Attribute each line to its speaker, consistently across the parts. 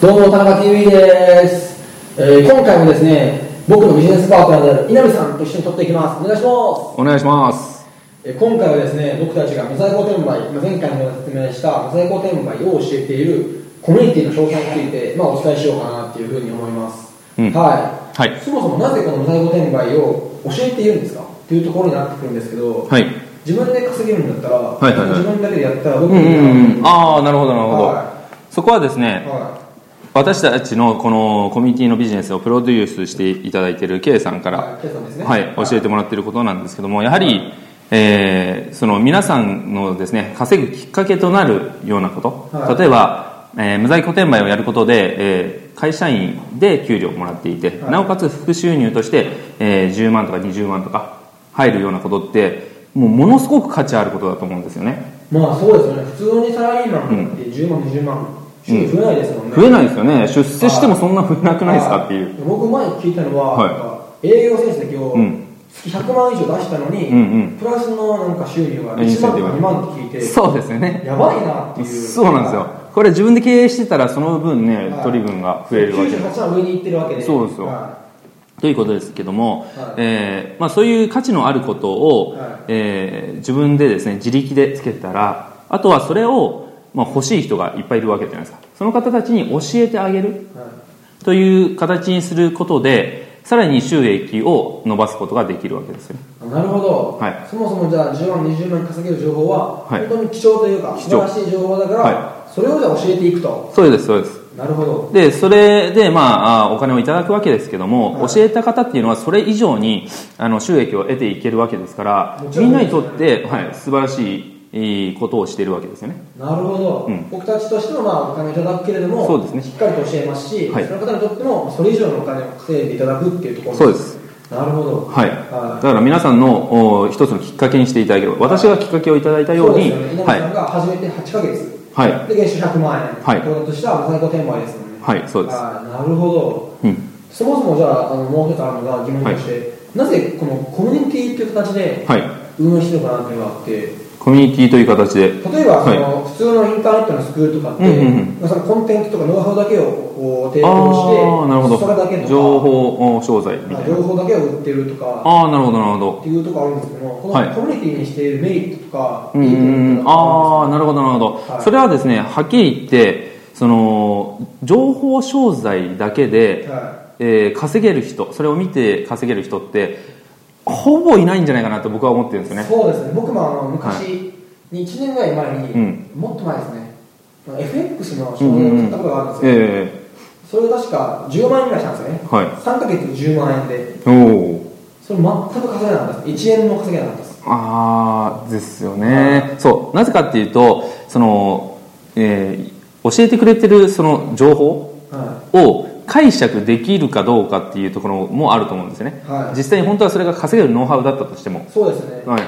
Speaker 1: どうも田中 TV です、えー今回もですね僕のビジネスパートナーである稲見さんと一緒に撮っていきますお願いします、
Speaker 2: お願いします
Speaker 1: えー今回はですね僕たちが無在庫転売まあ前回も説明した無在庫転売を教えているコミュニティの詳細について、まあ、お伝えしようかなっていうふうに思います、
Speaker 2: うん
Speaker 1: はい、
Speaker 2: はい
Speaker 1: そもそもなぜこの無在庫転売を教えているんですかっていうところになってくるんですけど、
Speaker 2: はい
Speaker 1: 自分で稼げるんだったら、
Speaker 2: いはいはい
Speaker 1: 自分だけでやったら
Speaker 2: う
Speaker 1: ど
Speaker 2: ん
Speaker 1: こに
Speaker 2: うんうんああなるほどなるほど、
Speaker 1: は
Speaker 2: そこはですね、
Speaker 1: は
Speaker 2: 私たちのこのコミュニティのビジネスをプロデュースしていただいている K さ
Speaker 1: い
Speaker 2: んから、
Speaker 1: はいケイさんですね
Speaker 2: はい、教えてもらってることなんですけどもやはり、えーその皆さんのですね稼ぐきっかけとなるようなこと、
Speaker 1: はい
Speaker 2: 例えば、えー無在庫転売をやることで、えー会社員で給料をもらっていて、
Speaker 1: はい
Speaker 2: なおかつ副収入として、えー10万とか20万とか入るようなことってもうものすごく価値あることだと思うんですよね
Speaker 1: まあそうですよね普通にサラリーマンって10万20万収入増えないですもんね、
Speaker 2: 増えないですよね出世してもそんな増えなくないですかっていう
Speaker 1: は僕前に聞いたのは、
Speaker 2: はい
Speaker 1: なんか営業成績を
Speaker 2: うん
Speaker 1: 月100万以上出したのに、
Speaker 2: うんうん
Speaker 1: プラスのなんか収入が
Speaker 2: インセン
Speaker 1: 1万と
Speaker 2: ティブ
Speaker 1: か
Speaker 2: が
Speaker 1: 2万って聞いて
Speaker 2: そうですよね
Speaker 1: やばいなっていう
Speaker 2: そうなんですよこれ自分で経営してたらその分ね
Speaker 1: はい
Speaker 2: 取り分が増えるわけです
Speaker 1: 98は上に行ってるわけで
Speaker 2: そうですよ
Speaker 1: は
Speaker 2: ということですけども、
Speaker 1: はい
Speaker 2: えーまあ、そういう価値のあることを、
Speaker 1: はい
Speaker 2: えー自分でですね自力でつけたらあとはそれを、まあ、欲しい人がいっぱいいるわけじゃないですかその方たちに教えてあげる
Speaker 1: いは
Speaker 2: という形にすることでさらに収益を伸ばすことができるわけですよね
Speaker 1: いなるほど、
Speaker 2: はい
Speaker 1: そもそもじゃあ10万20万稼げる情報は
Speaker 2: はい
Speaker 1: 本当に貴重というか、
Speaker 2: 貴重
Speaker 1: 素晴らしい情報だから、
Speaker 2: は
Speaker 1: それをじゃあ教えていくと
Speaker 2: そうですそうです
Speaker 1: なるほど
Speaker 2: でそれで、まあ、あお金をいただくわけですけども、
Speaker 1: はい
Speaker 2: 教えた方っていうのはそれ以上にあの収益を得ていけるわけですから
Speaker 1: もちろん
Speaker 2: みんなにとって、はい、素晴らしいいいことをしているわけですよね
Speaker 1: なるほど、
Speaker 2: うん
Speaker 1: 僕たちとしてもまあお金をいただくけれども
Speaker 2: そうですね
Speaker 1: しっかりと教えますし、
Speaker 2: はい
Speaker 1: その方にとってもそれ以上のお金を稼いでいただくっていうところ
Speaker 2: そうです
Speaker 1: なるほど
Speaker 2: はい、だ
Speaker 1: は
Speaker 2: から皆さんのお一つのきっかけにしていただければ私がきっかけをいただいた
Speaker 1: い
Speaker 2: ように
Speaker 1: そですよね稲
Speaker 2: は
Speaker 1: 見
Speaker 2: い
Speaker 1: さんが始めて8ヶ月、
Speaker 2: は
Speaker 1: で月収100万円、
Speaker 2: はい
Speaker 1: これとしては無在庫転売ですもんね
Speaker 2: はいそうです
Speaker 1: あーなるほど
Speaker 2: い、うん
Speaker 1: そもそもじゃああのもう一つあるのが疑問として、なぜこのコミュニティっていう形で
Speaker 2: はい、
Speaker 1: 運営してるのかなっていうのがあって
Speaker 2: コミュニティという形で
Speaker 1: 例えばその、普通のインターネットのスクールとかって、
Speaker 2: うんうん
Speaker 1: まあそのコンテンツとかノウハウだけをこう提
Speaker 2: あ
Speaker 1: 供
Speaker 2: あーなるほ
Speaker 1: してそれだけと
Speaker 2: ど
Speaker 1: か
Speaker 2: 情報お商材みたいな
Speaker 1: 情報だけを売ってるとか
Speaker 2: ああなるほどなるほど
Speaker 1: っていうとこあるんですけどもこ
Speaker 2: は
Speaker 1: の
Speaker 2: い
Speaker 1: コミュニティにしているメリットとか
Speaker 2: うん
Speaker 1: メリットとか
Speaker 2: ああなるほどなるほど、
Speaker 1: はい
Speaker 2: それはですねはっきり言ってその情報商材だけ
Speaker 1: あるんです
Speaker 2: で、
Speaker 1: かは
Speaker 2: えー稼げる人それを見て稼げる人ってほぼいないんじゃないかなと僕は思ってるんですよ
Speaker 1: い
Speaker 2: ね
Speaker 1: そうですね僕もあの昔に1年ぐらい前
Speaker 2: う
Speaker 1: に
Speaker 2: ん
Speaker 1: もっと前ですね FX の商品を買ったことがあるんですよ
Speaker 2: え
Speaker 1: それを確か10万円ぐらいしたんですよね
Speaker 2: えはい
Speaker 1: 3ヶ月10万円で
Speaker 2: おお
Speaker 1: それ全く稼げなかったです1円も稼げなかったです
Speaker 2: ああですよねそうなぜかっていうとその、えー教えてくれてるその情報
Speaker 1: は
Speaker 2: を解釈できるかどうかっていうところもあると思うんですよね、
Speaker 1: はい
Speaker 2: 実際に本当はそれが稼げるノウハウだったとしても
Speaker 1: いそうですね
Speaker 2: はい、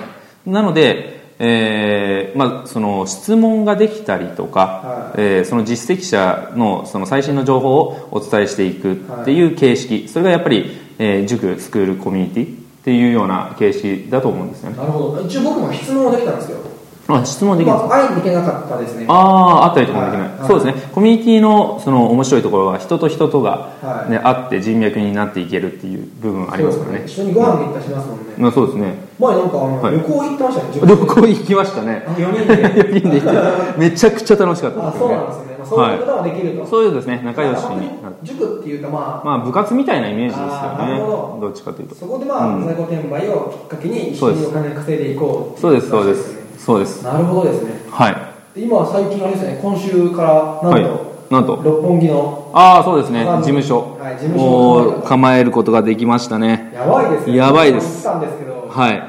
Speaker 2: なので、えーまあ、その質問ができたりとか、えーその実績者のその最新の情報をお伝えしていくっていう形式、それがやっぱり、えー塾スクールコミュニティっていうような形式だと思うんですよね
Speaker 1: なるほど一応僕も質問はできたんですけど
Speaker 2: あ質問でき
Speaker 1: ま
Speaker 2: ます
Speaker 1: あ会いに行けなかったですね
Speaker 2: あああったりとかもできない、
Speaker 1: はいはい
Speaker 2: そうですねコミュニティのその面白いところは人と人と
Speaker 1: は
Speaker 2: が、
Speaker 1: い
Speaker 2: ねあって人脈になっていけるっていう部分ありますからね
Speaker 1: そうです一緒にご飯行ったりしますもんね
Speaker 2: まあ、そうですね
Speaker 1: 前なんかあの、
Speaker 2: はい
Speaker 1: 旅行行ってましたね自分
Speaker 2: 旅行行きましたね
Speaker 1: あ4人で
Speaker 2: 4人で行ってめちゃくちゃ楽しかっ
Speaker 1: あ
Speaker 2: たです
Speaker 1: そう
Speaker 2: よね
Speaker 1: なんですね、まあ、そういうことができると、
Speaker 2: そういうですね仲良しになる
Speaker 1: まあ塾っていうかま
Speaker 2: まあ部活みたいなイメージですよ
Speaker 1: あーなるほ
Speaker 2: ねどっちかという
Speaker 1: あ
Speaker 2: と
Speaker 1: そこでまあ
Speaker 2: うん
Speaker 1: 在庫転売をきっかけに一緒にお金を稼いでいこうって
Speaker 2: そう
Speaker 1: い
Speaker 2: ですそうですそうです
Speaker 1: なるほどですね
Speaker 2: はい
Speaker 1: で今最近あれですね今週からな
Speaker 2: は
Speaker 1: ん
Speaker 2: い
Speaker 1: と、
Speaker 2: なんと
Speaker 1: 六本木の
Speaker 2: ああそうですね
Speaker 1: あの
Speaker 2: 事務所
Speaker 1: はい事務所の
Speaker 2: を構えることができましたね
Speaker 1: やばいですね
Speaker 2: やばいです
Speaker 1: 行ったんですけど
Speaker 2: はい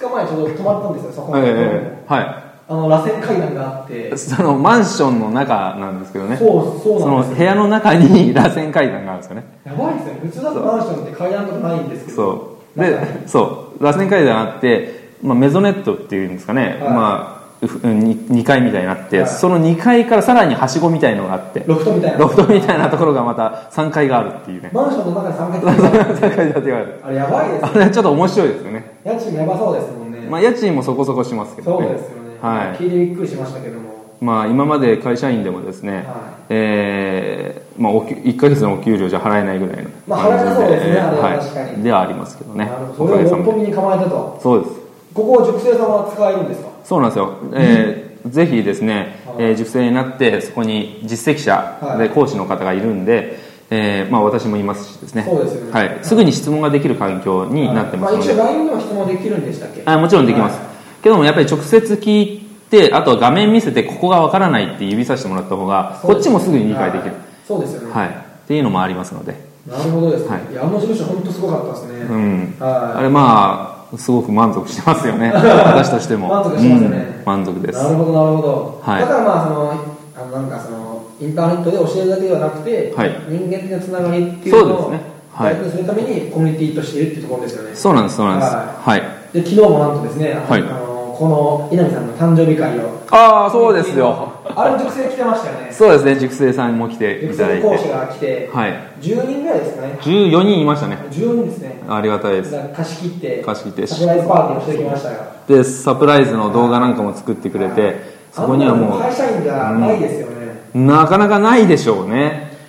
Speaker 1: 2日前ちょうど泊まったんですよそこの、
Speaker 2: ええは
Speaker 1: あの螺旋階段があって
Speaker 2: いそのマンションの中なんですけどね
Speaker 1: そうそう
Speaker 2: そ
Speaker 1: なんです
Speaker 2: の部屋の中に螺旋階段があるんですよね
Speaker 1: やばいですね普通だとマンションって階段とかないんですけど
Speaker 2: そうで
Speaker 1: なんか
Speaker 2: そう螺旋階段あって、まあ、メゾネットっていうんですかね、
Speaker 1: はい
Speaker 2: まあ、ふに2階みたいになって、
Speaker 1: はい
Speaker 2: その2階からさらにはしごみたいのがあって
Speaker 1: ロフトみたいな
Speaker 2: ロフトみたいなところがまた3階があるっていうね
Speaker 1: マンションの中に3階建て
Speaker 2: 3階だって言われる
Speaker 1: あれやばいです
Speaker 2: あれはちょっと面白いですよね、
Speaker 1: 家賃やばそうですもんね、
Speaker 2: まあ、家賃もそこそこしますけ
Speaker 1: そ
Speaker 2: ど
Speaker 1: う
Speaker 2: ね
Speaker 1: ですよね、
Speaker 2: はい
Speaker 1: 聞いてびっくりしましたけども
Speaker 2: まあ、今まで会社員でもですね、えーまあ、おき1か月のお給料じゃ払えないぐらいの
Speaker 1: まあ払えなそうですね
Speaker 2: えー
Speaker 1: あれは
Speaker 2: はい
Speaker 1: 確かに
Speaker 2: ではありますけどね
Speaker 1: なるほ
Speaker 2: お
Speaker 1: どそ
Speaker 2: かげ
Speaker 1: れ
Speaker 2: さ
Speaker 1: を六
Speaker 2: ま
Speaker 1: 本
Speaker 2: で
Speaker 1: 木に構えたと
Speaker 2: そうです
Speaker 1: ここは熟成さんは使えるんですか
Speaker 2: そうなんですよ、えーぜひですね、
Speaker 1: はい
Speaker 2: えー、塾生になってそこに実績者
Speaker 1: はい
Speaker 2: で講師の方がいるんで、えーまあ、私もいますしですね
Speaker 1: そうですよね
Speaker 2: はい、すぐに質問ができる環境になって
Speaker 1: ま
Speaker 2: ま
Speaker 1: すあ
Speaker 2: の
Speaker 1: 一
Speaker 2: で、
Speaker 1: 応 LINE でも質問できるんでしたっけ
Speaker 2: あもちろんできます、
Speaker 1: は
Speaker 2: けどもやっぱり直接聞いてあとは画面見せてここがわからないって指さしてもらった方が
Speaker 1: そう
Speaker 2: こ
Speaker 1: で
Speaker 2: っ
Speaker 1: す
Speaker 2: ちもすぐに理解できる
Speaker 1: は、いそうですよね
Speaker 2: はい、っていうのもありますので、
Speaker 1: なるほどですね、、
Speaker 2: はい
Speaker 1: やあの事務所本当すごかったですね、
Speaker 2: うん、あ
Speaker 1: は
Speaker 2: れまあすごく満足してま すよね私としても
Speaker 1: 満足してますよね
Speaker 2: うん満足
Speaker 1: い
Speaker 2: です
Speaker 1: なるほどなるほど、
Speaker 2: はい
Speaker 1: だからまあそのあのなんかそのインターネットで教えるだけではなくて、
Speaker 2: はい
Speaker 1: 人間的なつながりっていうの
Speaker 2: そ
Speaker 1: を
Speaker 2: うですねはい
Speaker 1: 大学にするためにコミュニティとしているっていうところですよね
Speaker 2: そうなんですそうなんです
Speaker 1: は
Speaker 2: はい、
Speaker 1: で昨日もなんとですねあの、
Speaker 2: はい
Speaker 1: あのこの稲見さんの誕生日会を
Speaker 2: ああそうですよ
Speaker 1: あれも熟成来てましたよね
Speaker 2: そうですね塾生さんも来てい
Speaker 1: 熟
Speaker 2: ただ
Speaker 1: 成
Speaker 2: い
Speaker 1: 講師
Speaker 2: て
Speaker 1: が来て、
Speaker 2: はい
Speaker 1: 10人ぐらいですかね
Speaker 2: 14人いましたね
Speaker 1: 10人ですね
Speaker 2: ありがたいです
Speaker 1: 貸し切って
Speaker 2: 貸し切って
Speaker 1: サプライズパーティーをしてきましたが
Speaker 2: でサプライズの動画なんかも作ってくれてそこにはも
Speaker 1: あんなの会社員じゃないですよね、
Speaker 2: うなかなかないでしょうね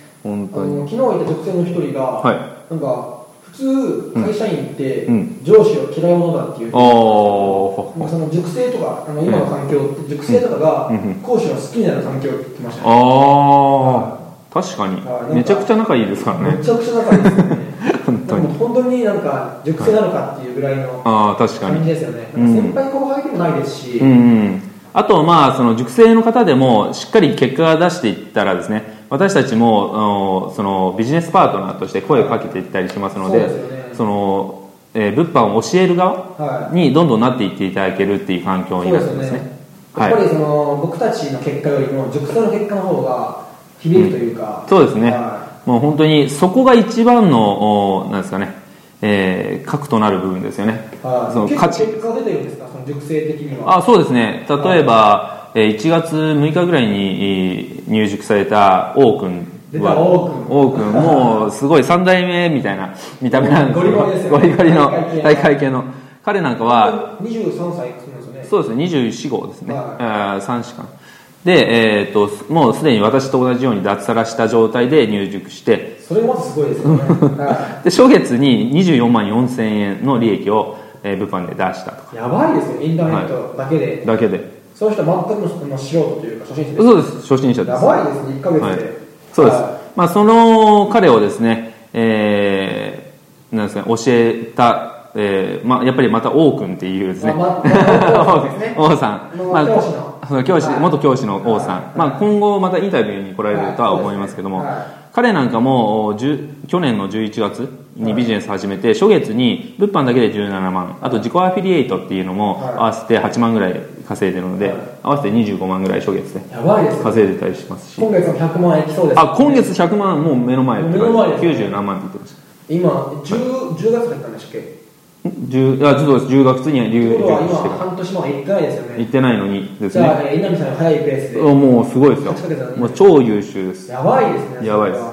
Speaker 1: あの昨日いた
Speaker 2: 本当に
Speaker 1: 直線の一人が、
Speaker 2: はい
Speaker 1: なんか普通会社員って、
Speaker 2: うんうん
Speaker 1: 上司を嫌いものだっていう、
Speaker 2: おー
Speaker 1: まあ、その熟成とかあの今の環境、熟成とかが、
Speaker 2: うんうん
Speaker 1: 講師の好きになる環境って言ってましたね、
Speaker 2: あー確か
Speaker 1: はい
Speaker 2: にめちゃくちゃ仲いいですからね
Speaker 1: めちゃくちゃ仲いいですよね
Speaker 2: 本当に
Speaker 1: でも本当になんか熟成なのかっていうぐらいの
Speaker 2: ああ確か
Speaker 1: 感
Speaker 2: に
Speaker 1: じですよね、
Speaker 2: うん
Speaker 1: 先輩後輩でもないですし、
Speaker 2: うんうんあとまあその熟成の方でもしっかり結果を出していったらですね私たちもあのそのビジネスパートナーとして声をかけていったりしますので
Speaker 1: そうですよね
Speaker 2: その、えー物販を教える側
Speaker 1: はい
Speaker 2: にどんどんなっていっていただけるっていう環境になってますね
Speaker 1: や
Speaker 2: は
Speaker 1: っぱ
Speaker 2: い
Speaker 1: りその僕たちの結果よりも熟成の結果の方が響くというか、
Speaker 2: そうですね
Speaker 1: は
Speaker 2: もう本当にそこが一番のおなんですかね、えー核となる部分ですよね
Speaker 1: いはい
Speaker 2: その
Speaker 1: 結
Speaker 2: 価
Speaker 1: 構
Speaker 2: 値
Speaker 1: 結果出てるんですかその熟成的には
Speaker 2: あそうですね例えば、えー1月6日ぐらいにえー入塾された王くん
Speaker 1: 出た
Speaker 2: は
Speaker 1: 王くん
Speaker 2: 王くんもうすごい3代目みたいな見た目なんですけど
Speaker 1: ゴリゴリですよね
Speaker 2: ゴリゴリの
Speaker 1: 大会系の
Speaker 2: 大会系の彼なんかは
Speaker 1: 23歳なんですよね
Speaker 2: そうですね24号ですね、
Speaker 1: はい
Speaker 2: あー3時間で、えー、ともうすでに私と同じように脱サラした状態で入塾して
Speaker 1: それまずすごいですよねは
Speaker 2: で初月に24万4000円の利益を、えー物販で出したと
Speaker 1: いやばいですよインターネットだけで、
Speaker 2: だけで
Speaker 1: その人全くのその素人というか初心者で
Speaker 2: そうです初心者
Speaker 1: す
Speaker 2: で
Speaker 1: や
Speaker 2: す
Speaker 1: ばいですね1ヶ月で、
Speaker 2: はいそうです
Speaker 1: は、
Speaker 2: まあ、その彼をですね、えーなんですかね教えた、えーまあ、やっぱりまた王君っていうですね、
Speaker 1: まあまあ王君ですね
Speaker 2: 王さん、
Speaker 1: の
Speaker 2: まあ、
Speaker 1: 教師の
Speaker 2: その教師
Speaker 1: はい
Speaker 2: 元教師の王さん、
Speaker 1: はい
Speaker 2: まあ、今後またインタビューに来られるとは
Speaker 1: はい
Speaker 2: 思いますけども、
Speaker 1: はい
Speaker 2: 彼なんかもお10去年の11月にビジネス始めて、初月に物販だけで17万あと自己アフィリエイトっていうのも
Speaker 1: はい
Speaker 2: 合わせて8万ぐらい稼いでるので、
Speaker 1: はい
Speaker 2: 合わせて25万ぐらい初月で
Speaker 1: いやばいですよ
Speaker 2: 稼いでたりしますし
Speaker 1: 今月も100万円いきそうです
Speaker 2: あ今月100万もう目の前って
Speaker 1: 目の前
Speaker 2: 感
Speaker 1: です
Speaker 2: じ90何万って言ってました
Speaker 1: 今 10, 10月だったんでしたっけ
Speaker 2: ん10あそうです10月には
Speaker 1: とい
Speaker 2: 留
Speaker 1: うことは
Speaker 2: 学して
Speaker 1: 今
Speaker 2: か
Speaker 1: 半年も行ってないですよ
Speaker 2: ら
Speaker 1: ね
Speaker 2: 行ってないのにです
Speaker 1: じゃ
Speaker 2: ね
Speaker 1: あ、ね、稲見さんの早いペースで
Speaker 2: もうすごいですよ
Speaker 1: 8ヶ月だね
Speaker 2: もう超優秀です
Speaker 1: やばいですね
Speaker 2: やばいです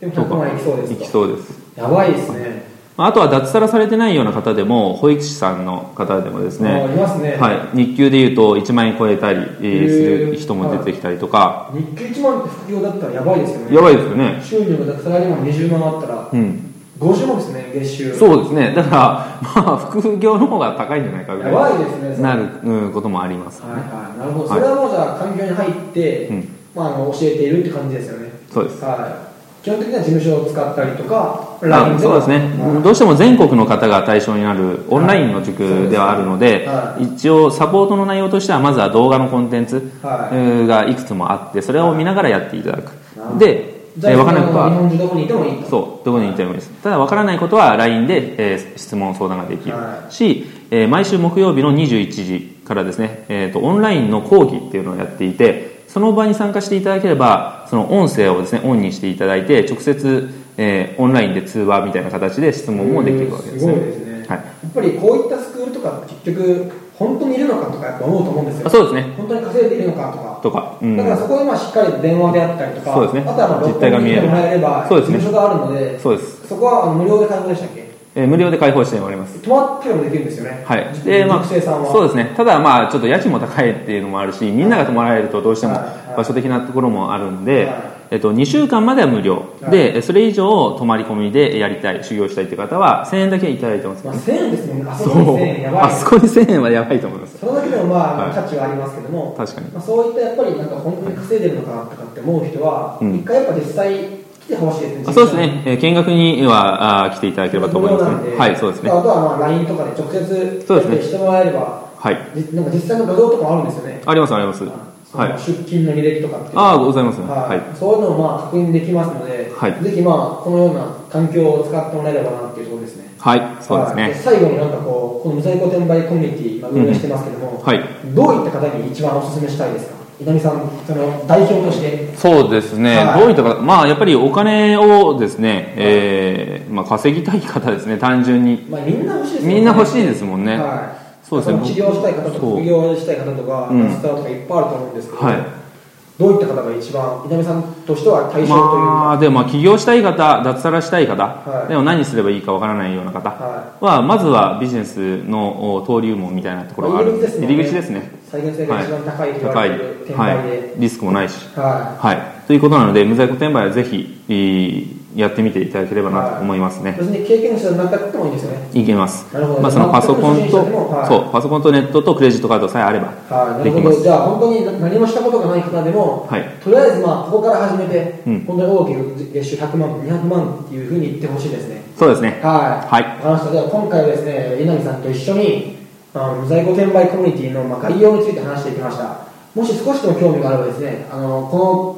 Speaker 1: でも100万円いきそうです
Speaker 2: 行
Speaker 1: と
Speaker 2: きそうです
Speaker 1: やばいですね
Speaker 2: まああとは脱サラされてないような方でも保育士さんの方でもです
Speaker 1: あ
Speaker 2: ね
Speaker 1: ーいますね、
Speaker 2: はい、日給でいうと1万円超えたりえー
Speaker 1: へー
Speaker 2: する人も出てきたりとか、
Speaker 1: 日給1万って副業だったらやばいですよね
Speaker 2: やばいですよね、
Speaker 1: 収入がサラリーマン20万あったら
Speaker 2: うん、
Speaker 1: 50万ですね月収
Speaker 2: そうですねだから、まあ、副業の方が高いんじゃないかぐ
Speaker 1: や
Speaker 2: ら
Speaker 1: ばいですね
Speaker 2: いなる、うん、こともあります、
Speaker 1: はいはいなるほど
Speaker 2: は
Speaker 1: そ
Speaker 2: い
Speaker 1: れはもうじゃあ環境に入って、
Speaker 2: うん
Speaker 1: まあ、あの教えているって感じですよね
Speaker 2: そうです
Speaker 1: はい基本的には事務所を使ったりとか
Speaker 2: あそうですね、
Speaker 1: はい
Speaker 2: どうしても全国の方が対象になるオンラインの塾ではあるので、
Speaker 1: は
Speaker 2: 一応サポートの内容としてはまずは動画のコンテンツ
Speaker 1: は
Speaker 2: えーがいくつもあってそれを見ながらやっていただく、
Speaker 1: はい
Speaker 2: で、え
Speaker 1: じゃあ、
Speaker 2: 分からないこと
Speaker 1: 日
Speaker 2: は
Speaker 1: 本中どこにいてもいいと
Speaker 2: そうどこにいてもいいですただ分からないことは LINE で、えー質問相談ができる
Speaker 1: は
Speaker 2: し、えー毎週木曜日の21時からですね、えー、とオンラインの講義っていうのをやっていてその場に参加していただければその音声をですねオンにしていただいて直接、えーオンラインで通話みたいな形で質問もできるわけです
Speaker 1: ごい
Speaker 2: ね
Speaker 1: ですね、
Speaker 2: はい
Speaker 1: やっぱりこういったスクールとかって結局本当にいるのかとかやっぱ思うと思うんです
Speaker 2: あ
Speaker 1: よ
Speaker 2: そうですね
Speaker 1: 本当に稼いでいるのかとか
Speaker 2: とか、うん
Speaker 1: だからそこでまあしっかり電話であったりとか、
Speaker 2: そうですね
Speaker 1: あとはまあ
Speaker 2: 実態が見える
Speaker 1: 六本木に来てもらえれば、
Speaker 2: そうですね
Speaker 1: 事務所があるので、
Speaker 2: そうです
Speaker 1: そこはあの無料で開放でしたっけ
Speaker 2: ええー無料で開放しております。
Speaker 1: 泊まってもできるんですよね。
Speaker 2: はい、でまあ
Speaker 1: 学生さんは。
Speaker 2: そうですねただまあちょっと家賃も高いっていうのもあるしみんなが泊まられるとどうしても
Speaker 1: はいはい
Speaker 2: 場所的なところもあるんで、
Speaker 1: はい
Speaker 2: えっと、2週間までは無料、
Speaker 1: はい
Speaker 2: でそれ以上泊まり込みでやりたい修行したいという方は1000円だけいただいてます
Speaker 1: ま
Speaker 2: か
Speaker 1: あ、
Speaker 2: らね
Speaker 1: 1000円ですもんね。あそこ
Speaker 2: そ
Speaker 1: 1000円やば
Speaker 2: う
Speaker 1: い。
Speaker 2: あそこに1000円はやばいと思います
Speaker 1: それだけでもまあ、
Speaker 2: はい
Speaker 1: 価値はありますけども、
Speaker 2: 確かに
Speaker 1: まあ、そういったやっぱりなんか本当に稼いでるのかなとかって思う人は、
Speaker 2: うん
Speaker 1: 一回やっぱ実際来てほしいですね。
Speaker 2: あそうですね、えー見学にはあー来ていただければと思います
Speaker 1: 無料なん
Speaker 2: ねはいそうですね
Speaker 1: あとはまあ LINE とかで直接
Speaker 2: そうですね
Speaker 1: してもらえれば、
Speaker 2: はい
Speaker 1: じなんか実際の画像とかもあるんですよね。
Speaker 2: ありますあります
Speaker 1: その
Speaker 2: はい
Speaker 1: 出勤の履歴とかっていうの
Speaker 2: ああございますね
Speaker 1: は
Speaker 2: はいい
Speaker 1: そういうのをまあ確認できますので、
Speaker 2: はい
Speaker 1: ぜひまあこのような環境を使ってもらえればなっていうところですね。
Speaker 2: はいそうで
Speaker 1: は
Speaker 2: す
Speaker 1: い
Speaker 2: ね
Speaker 1: 最後になんかこう、この無在庫転売コミュニティ、今運営してますけども、
Speaker 2: はい
Speaker 1: どういった方に一番お勧めしたいですか、稲見さん、その代表として、
Speaker 2: そうですね、
Speaker 1: はい
Speaker 2: どういったか、まあ、やっぱりお金をですね、えーまあ、稼ぎたい方ですね、単純に、
Speaker 1: まあ、みんな欲しいですよね、
Speaker 2: みんな欲しいですもんね、
Speaker 1: はい、
Speaker 2: そうですね
Speaker 1: の起業したい方とか、
Speaker 2: そう
Speaker 1: 副業したい方とか、
Speaker 2: うん
Speaker 1: スターとかいっぱいあると思うんですけど、
Speaker 2: はい
Speaker 1: どういった方が一番、稲見さんとしては対象というか、
Speaker 2: まあ、でもまあ起業したい方、脱サラしたい方、
Speaker 1: はい
Speaker 2: でも何すればいいかわからないような方
Speaker 1: は
Speaker 2: は、まずはビジネスのお登竜門みたいなところがある
Speaker 1: まあ入り口ですもんね
Speaker 2: 入り口です
Speaker 1: 再現性
Speaker 2: ね、
Speaker 1: が一番高いと言わ
Speaker 2: 高い
Speaker 1: れてる、転売で。
Speaker 2: はい、リスクもないし、
Speaker 1: はい
Speaker 2: はい、ということなので、無在庫転売はぜひえーやってみていただければなと思いますね。
Speaker 1: 別に経験者になったこともいいんですよね。
Speaker 2: いけます
Speaker 1: なるほど
Speaker 2: まあ、そのパソコンと、
Speaker 1: 全く初心者でもはい
Speaker 2: そうパソコンとネットとクレジットカードさえあれば
Speaker 1: はい、な
Speaker 2: で
Speaker 1: る
Speaker 2: き
Speaker 1: ほ
Speaker 2: ま
Speaker 1: ど。
Speaker 2: す
Speaker 1: じゃあ、本当に何もしたことがない方でも、
Speaker 2: はい
Speaker 1: とりあえず、まあ、ここから始めて、
Speaker 2: うん
Speaker 1: 本当に大きく月収100万、200万っていうふうに言ってほしいですね。
Speaker 2: そうですね
Speaker 1: はい。
Speaker 2: はい
Speaker 1: わかりました。では、今回はですね、稲見さんと一緒に、あの在庫転売コミュニティの、まあ、概要について話していきました。もし少しでも興味があればですね、あの、この、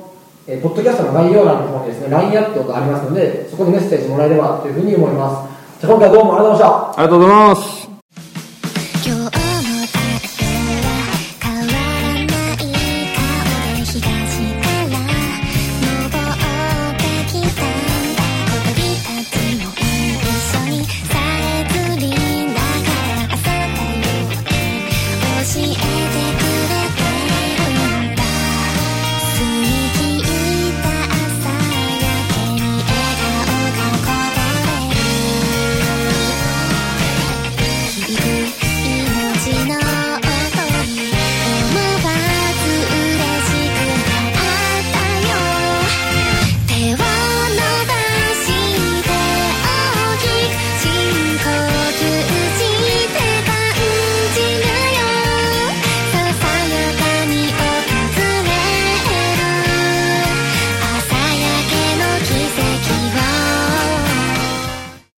Speaker 1: えーポッドキャストの概要欄の方にですね、LINE アットがありますので、そこでメッセージもらえればというふうに思います。じゃあ、今回はどうもありがとうございました。
Speaker 2: ありがとうございます